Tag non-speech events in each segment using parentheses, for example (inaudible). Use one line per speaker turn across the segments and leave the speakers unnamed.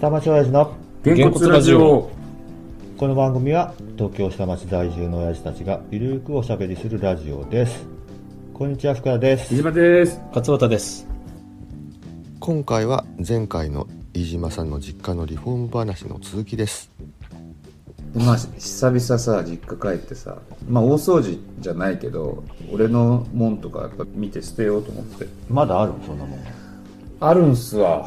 下町親父の
げんこつラジオ
この番組は東京下町在住の親父たちがゆるーくおしゃべりするラジオですこんにちは福田です
飯島です
勝俣です
今回は前回の飯島さんの実家のリフォーム話の続きです
まあ、久々さ実家帰ってさ、まあ、大掃除じゃないけど俺の門とかやっぱ見て捨てようと思って
まだあるそんなもん
あるんすわ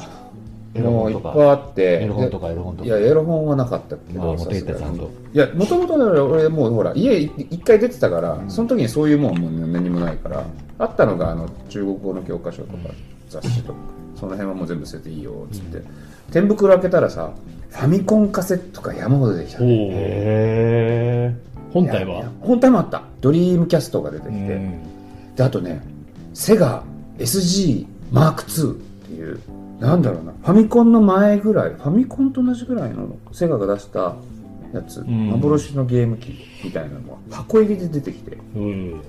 エロ
も
本
うい
と
っ
か
ぱいあって
エロ本とかエロ本と
い
か
やエロ本はなかったけ
ああ
ど
持って行った
さすがに
ちゃんと
いやもともと俺もうほら家い一回出てたから、その時にそういうもんもう何もないからあったのがあの中国語の教科書とか雑誌とか、その辺はもう全部捨てていいよっつって、天袋開けたらさファミコンカセットが山ほど出てきた
おお
へ
本体
いやいや
は
本体もあったドリームキャストが出て
う
きて、
ん
であとねセガ SG マーク2っていうなんだろうなファミコンの前ぐらいファミコンと同じぐらいのセガが出したやつ、
ん
幻のゲーム機みたいなのが箱入りで出てきて
うん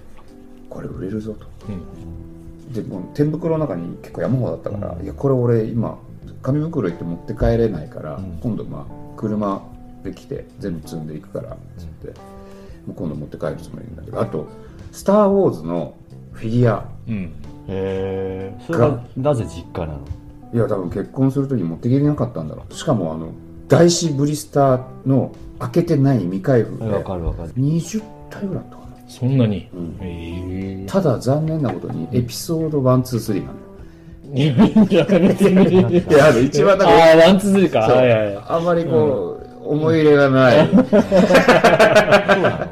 これ売れるぞと、
う
でもう天袋の中に結構山ほどだったから、いやこれ俺今紙袋行って持って帰れないから、今度まあ車で来て全部積んでいくからっつってもう今度持って帰るつもりなんだけどあと「スター・ウォーズ」のフィギュア
うん
えへえそれはなぜ実家なの
いや多分結婚する時持ってきれなかったんだろうしかもあの台紙ブリスターの開けてない未開封で
わかるわかる
20体ぐらいあったかな
そんなに
ん
(laughs) え
ただ残念なことにエピソード123なんだよ
えいや別に
いやあの一番なんか
ああワンツースリーか
そう
はいはいはい
あんまりこう、思い入れがない。
そうなの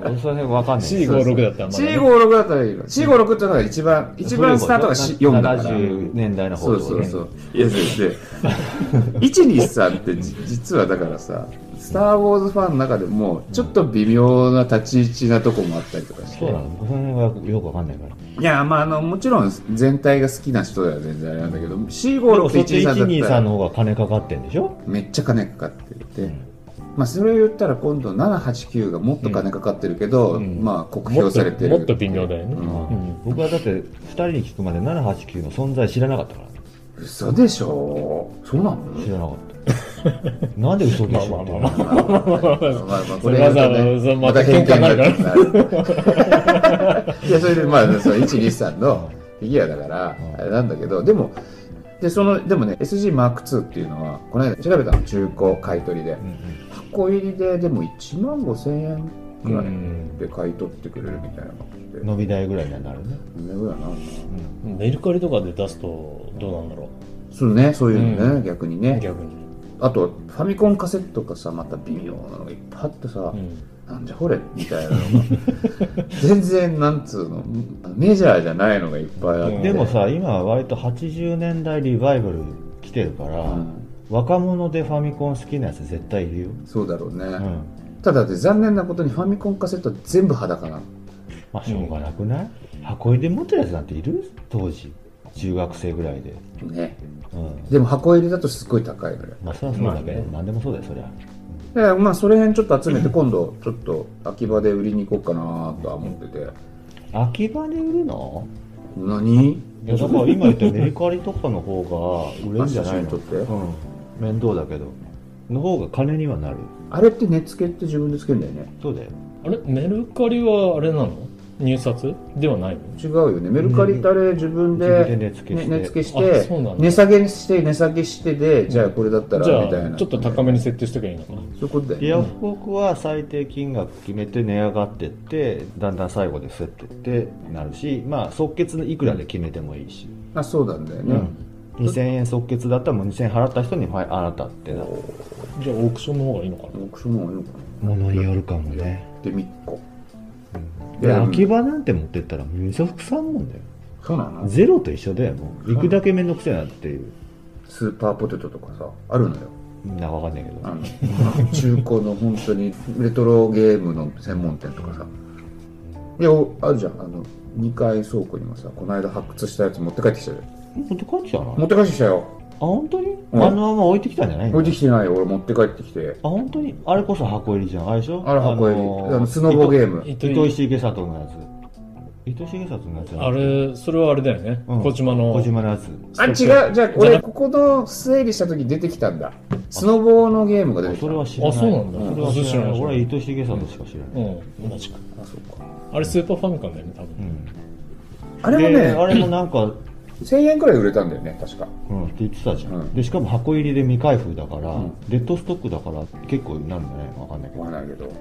俺それわかんない
C56 だったらまだね
C56 だったらいいの。C56 ってのが一番、一番スタートがし4だから。
70年代の方
そうそうそう。いや、先生。123ってじ実はだからさ、スター・ウォーズファンの中でも、ちょっと微妙な立ち位置なとこもあったりとかして。
そうなのその辺はよくわかんないから
いや、まあ、あの、もちろん全体が好きな人では全然あれなんだけど、
そ
C56 と
っち
123だった
123
ら
の方が金かかってんでしょ
めっちゃ金かかってて、まあ、それを言ったら今度789がもっと金かかってるけど、
ん
まあ酷
も
評
っ
され
と
てる
もっと微妙だよね
うん僕はだって2人に聞くまで789の存在知らなかったから
嘘でしょそうなの
知らなかった。なんで嘘でし
まあ
ょ
ま
っ
あまあ
て。
まあまあ
それわざわざ
これ
また喧嘩にな (laughs) るから
からいやそれでまあその123のフィギュアだから
うん
あれなんだけどでもでそのでもね SGM2 っていうのはこの間調べたの中古買い取りで箱入りででも1万5000円ぐらいで買い取ってくれるみたいな感じで
伸び台ぐらいにはなるね。
何年ぐらいなのかな
メルカリとかで出すとどうなんだろ
そうねそういうのね、逆に
う
ね
逆に
あとファミコンカセットがさまた微妙なのがいっぱいあってさ、
うん
なんじゃこれみたいなのが (laughs) 全然なんつうのメジャーじゃないのがいっぱいあって、
でもさ、今は割と80年代リバイバル来てるから、
うん
若者でファミコン好きなやつ絶対いるよ。
そうだろうね、
うん。
ただで残念なことにファミコンカセット全部裸なの
まあしょうがなくない、箱入り持ってるやつなんている当時。中学生ぐらいで。
ね
うん。
でも箱入りだとすごい高いのよ
まあそりゃそうだけど、何でもそうだよ、そりゃ。
だからまあそれ辺ちょっと集めて今度ちょっと秋葉で売りに行こうかなとは思ってて
秋葉で売るの
何
いやだから今言ったメルカリとかの方が売れるんじゃないの
写真撮って
うん。面倒だけど。の方が金にはなる。
あれって値付けって自分でつけるんだよね
そうだよ。
あれメルカリはあれなの入札ではないの
違うよねメルカリってあれ自分
自
で
分で値付けして
ね値付け
あ
し
そうな
て
んだ
値下げにして値下げしてでじゃあこれだったら
じ
みたい
ゃあ
な
ちょっと高めに設定しておけばいいのか
そういうことだよね
いや、福岡は最低金額決めて値上がってって、だんだん最後で吸ってってなるし、まあ、即決いくらで決めてもいいし、
あそうなんだよね、
2000円即決だったらもう2000円払った人に、はい、あなたってなる。
じゃあオークションの方がいいのかな
オークションもいいのかな
ものによるかもね。
で3個い
で、
や
秋葉なんて持ってったら、めちゃくさんもんだよ。
そうなの
ゼロと一緒だよ、もう。行くだけめんどくせえなっていう。
スーパーポテトとかさあるのよ
なんかわかんないけど。
あの (laughs) 中古の本当にレトロゲームの専門店とかさいやおあるじゃんあの2階倉庫にもさこの間発掘したやつ持って帰ってきたよ
持って帰ってきたの
持
あ、
って帰ってきたよ
本当にあ
うん
のまま置いてきたんじゃないの
置いてきてないよ俺持って帰ってきて
あ、本当にあれこそ箱入りじゃん。あれでしょ
あれ箱入り、あのスノボゲーム
糸井重里のやつ。糸重里のやつ
あれ、それはあれだよね。
うん
小島の。
小島のやつ
あ、違う。じゃあ、俺、ここの整理した時出てきたんだ。スノボーのゲームが出て
あ
きた。
それは知らない
あそうなんだ
それは知らない
うん
俺は糸重里しか知ら
う
ない、
ん、同じく。
あそうか
あれ、スーパーファミコンだよね、多
う
分。
ん
あれも
であ
ね、
れもなんか
1000円くらい売れたんだよね、確か。
うんって言ってたじゃん、
うん
でしかも箱入りで未開封だから、
うん
レッドストックだから結構なるんじゃないのわかんないけど
(laughs) わかんないけど。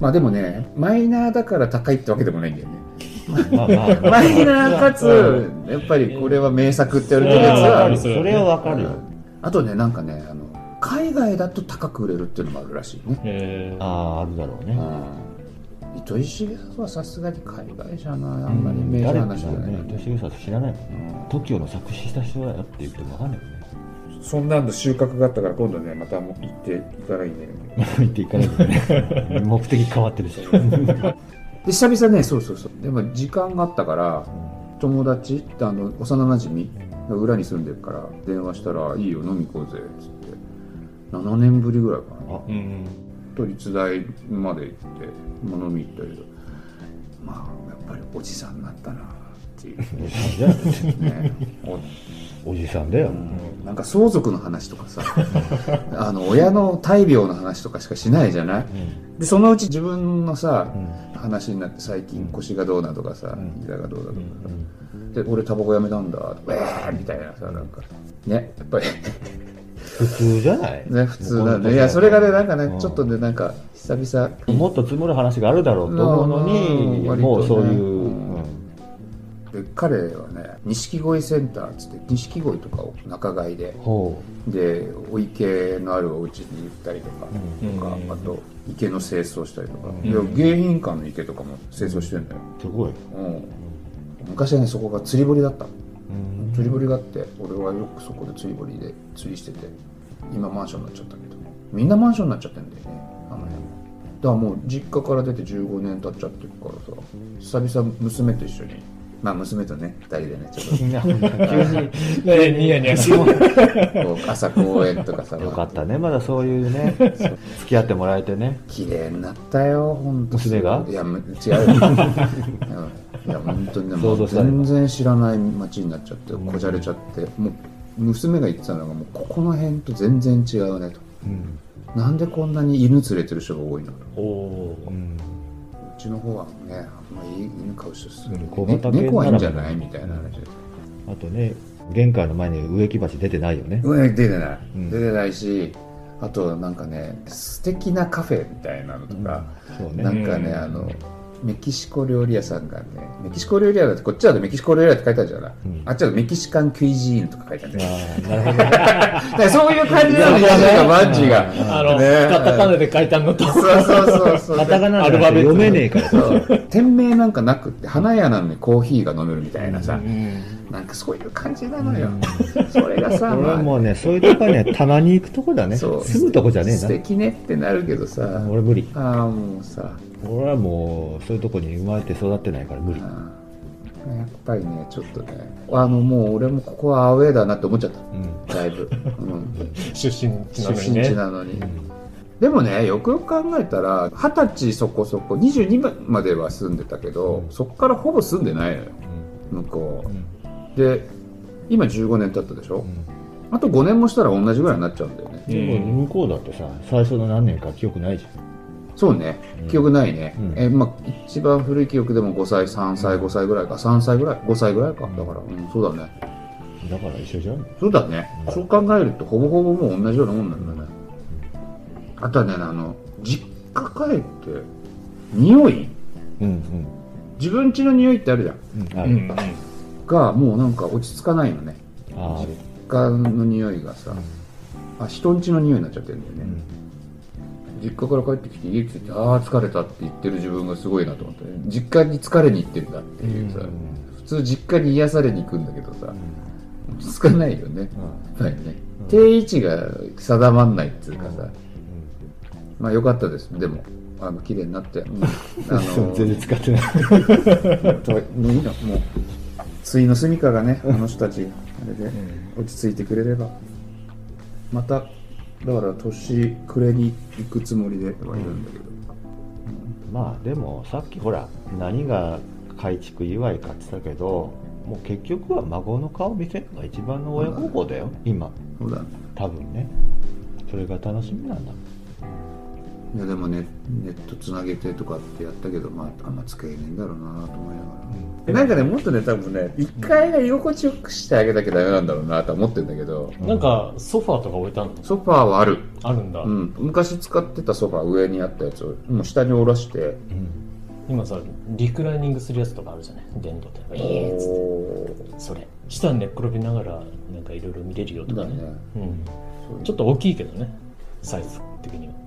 まあでもね、マイナーだから高いってわけでもないんだよね。
まあまあまあ
(laughs) マイナーかつ
う、
やっぱりこれは名作って言わ
そ
れてる
れ
やつ
はわかる
は、
それはわかるよ、
あとね、なんかね、あの、海外だと高く売れるっていうのもあるらしいね。
えー、
あああるだろう
う
ね、
ん。糸井重里はさすがに海外じゃない、あ
あ
んまりメジャーな人じゃない
ね。糸重里知らないもんね TOKIO の作詞した人だよって言ってもわかんないよね
そんなんの収穫があったから今度ね、またもう行っていかないんだよね。
言っていかないと
(laughs)
ね目的変わってるし、
で久々ねそうそうそうでも時間があったから友達あの幼なじみが裏に住んでるから電話したら「いいよ飲み行こうぜ」っつって7年ぶりぐらいかな
あ
うん。
都立大まで行ってまあ飲み行ったけどまあやっぱりおじさんになったなっていう
おじさんだよ
(laughs) ね
おじさんだよ、
おなんか相続の話とかさあの親の大病の話とかしかしないじゃないでそのうち自分のさ、話になって最近腰がどうだとかさ、膝がどうだとかさ、で俺タバコやめたんだとか、えーみたいなさなんかねやっぱり
普通じゃない
ね普通なんでいやそれがねなんかね、
うん
ちょっとねなんか久々
もっと積もる話があるだろうと思うのに、
うん
もうそういう、
うんで彼はね錦鯉センターっつって錦鯉とかを仲買いで
うんほ
でお池のあるお家に行ったりとか、
う
とか
うん
あと池の清掃したりとか、
うん
いや迎賓館の池とかも清掃してんだよ、
うすごい、
うん、昔はねそこが釣り堀だったの
うん
釣り堀があって俺はよくそこで釣り堀で釣りしてて今マンションになっちゃったけどみんなマンションになっちゃってんだよねあの辺だからもう実家から出て15年経っちゃってるからさ久々娘と一緒にまあ娘とね2人でねちょっ
みんな急に
ね、ニヤニヤしてる。
と
(laughs)
こう朝公園とかさ
よかったねまだそういう
(laughs)
ね付き合ってもらえてね
綺麗になったよ本当
娘が
いやむ
(laughs)
違うようんいや本当にねも
想像
う
したよ
全然知らない街になっちゃってこじゃれちゃってもう娘が言ってたのがもうここの辺と全然違うねと
うん、
なんでこんなに犬連れてる人が多いのう
おお
うん、
ちの方はねあんまり犬飼う人少ない、
うん小
ね
型犬なら
猫はいいんじゃないみたいな話
あとね玄関の前に植木鉢出てないよね
うん出てない、
うん
出てないしあとはなんかね素敵なカフェみたいなのとか、
そう
な
ね
んかね、
うん
あのメキシコ料理屋さんがねメキシコ料理屋だってこっちだとメキシコ料理屋って書いてあるじゃない、
うん
あっちだとメキシカンクイジーンとか書いてあるね
あーなるほどね
だからそういう感じなのよマンジが
あの、
ね
カタカナで書いたのと。
そうそうそうそう
カタカナ
ア
で
ルファベット
読めねえから
そう店名なんかなくって花屋なのにコーヒーが飲めるみたいなさ、なんかそういう感じなのよ、それがさ、
俺
ま
は
あ
もうねそういうとこはねたまに行くとこだね
そう
住むとこじゃね
素
え
敵ねってなるけどさ
な俺無理
ああもうさ
俺はもうそういうとこに生まれて育ってないから無理
あーやっぱりねちょっとねあのもう俺もここはアウェーだなって思っちゃっ
うん
ただいぶ、うん、
(laughs)
出身地
出
なのに
身地
ね。
なのに、でもねよくよく考えたら二十歳そこそこ22までは住んでたけど、そこからほぼ住んでないのよ向こ
うん
うで今15年経ったでしょ、
ん
あと5年もしたら同じぐらいになっちゃうんだよね
でも向こうだってさ最初の何年か記憶ないじゃん
そうね記憶ないね、
うん
えまあ、一番古い記憶でも5歳3歳5歳ぐらいか3歳ぐらい5歳ぐらいかだから、うん、そうだね
だから一緒じゃん
そうだね、そう考えるとほぼほぼもう同じようなもんなんだね、あとはねあの実家帰って匂い
うん
自分家の匂いってあるじゃん
うんうんある
うんうん。
がもうなんか落ち着かないのね
あある
実家の匂いがさ、あ人ん家の匂いになっちゃってるんだよね、実家から帰ってきて家着いてああ疲れたって言ってる自分がすごいなと思って実家に疲れに行ってるんだっていうさ、普通実家に癒されに行くんだけどさ、落ち着かないよね、
うん
はいね、定位置が定まんないっていうかさ、まあ良かったですでもあの綺麗になって、うん、あ (laughs) の
全然使ってない
ともういいのもうつの住処がねあの人たちあれで落ち着いてくれればまただから年暮れに行くつもりではいるんだけど、
まあでもさっきほら何が改築祝い買ってたけどもう結局は孫の顔見せるのが一番の親孝行だよ今
そうだね
多分ねそれが楽しみなんだ
いやでもねネットつなげてとかってやったけどまああんま使えないんだろうなと思いながら、なんかねもっとね多分ね一階が居心地よくしてあげなきゃダメなんだろうなとは思ってるんだけど
なんか、ソファーとか置いてあるの
ソファーはある、
あるんだ。
うん、昔使ってたソファー上にあったやつをもう下に下ろして
うん
今さ、リクライニングするやつとかあるじゃない電動で。ええっつって
おー
それ。下に寝っ転びながら、なんかいろいろ見れるよとか
だ
ね。
ね
うん。
そう
ちょっと大きいけどね。サイズ的には。
(laughs)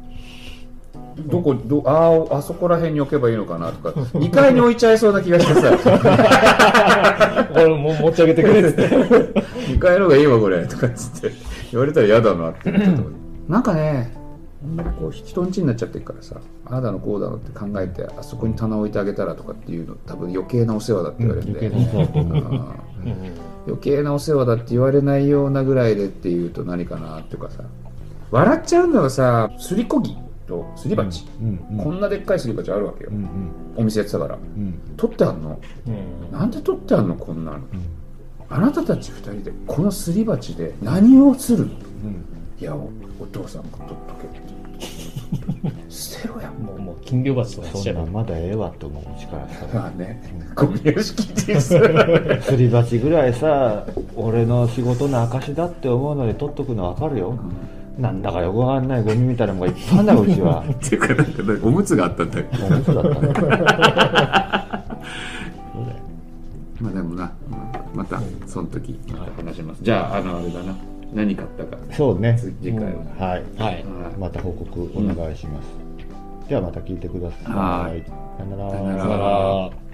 どこどあーあそこら辺に置けばいいのかなとか2階に置いちゃいそうな気がしてさ
俺も持ち上げてくれっつって。
2階の方がいいわこれとかっつって言われたら嫌だなって思った
(laughs)
とこなんかねあんまりこう人んちになっちゃってるからさああだのこうだのって考えてあそこに棚置いてあげたらとかっていうの多分余計なお世話だって言われて、
余計なお世話だと思う
うん
うん
余計なお世話だって言われないようなぐらいでっていうと何かなっていうかさ笑っちゃうのがさすりこぎとすり鉢、
うん
こんなでっかいすり鉢あるわけよ、
うんうん
お店やってたから
うん
取ってあんの
うん。
なんで取ってあんのこんなの
うん
あなたたち二人でこのすり鉢で何をするの
うん
いやおお父さんが取っとけって捨てろや
もう、もう、金魚鉢とかしち
そ
ゃ
ん
え
な
ば
ん。まだええわと思ううちからしたら
まあねゴミ屋敷ですよ
すり鉢ぐらいさ俺の仕事の証だって思うので取っとくの分かるよなんだかよくわかんないゴミみたいなもんがいっぱいあんだようちは
っていうかなんかねおむつがあったんだけど
もう嘘だったんだよ
まあでもなうんまたその時また話しますじゃああのあれだな何買ったか
(laughs) そうね
次次回は、
はい
はい。
はい
また報告お願いします、ではまた聞いてください
はい
さよなら
さよなら
だから、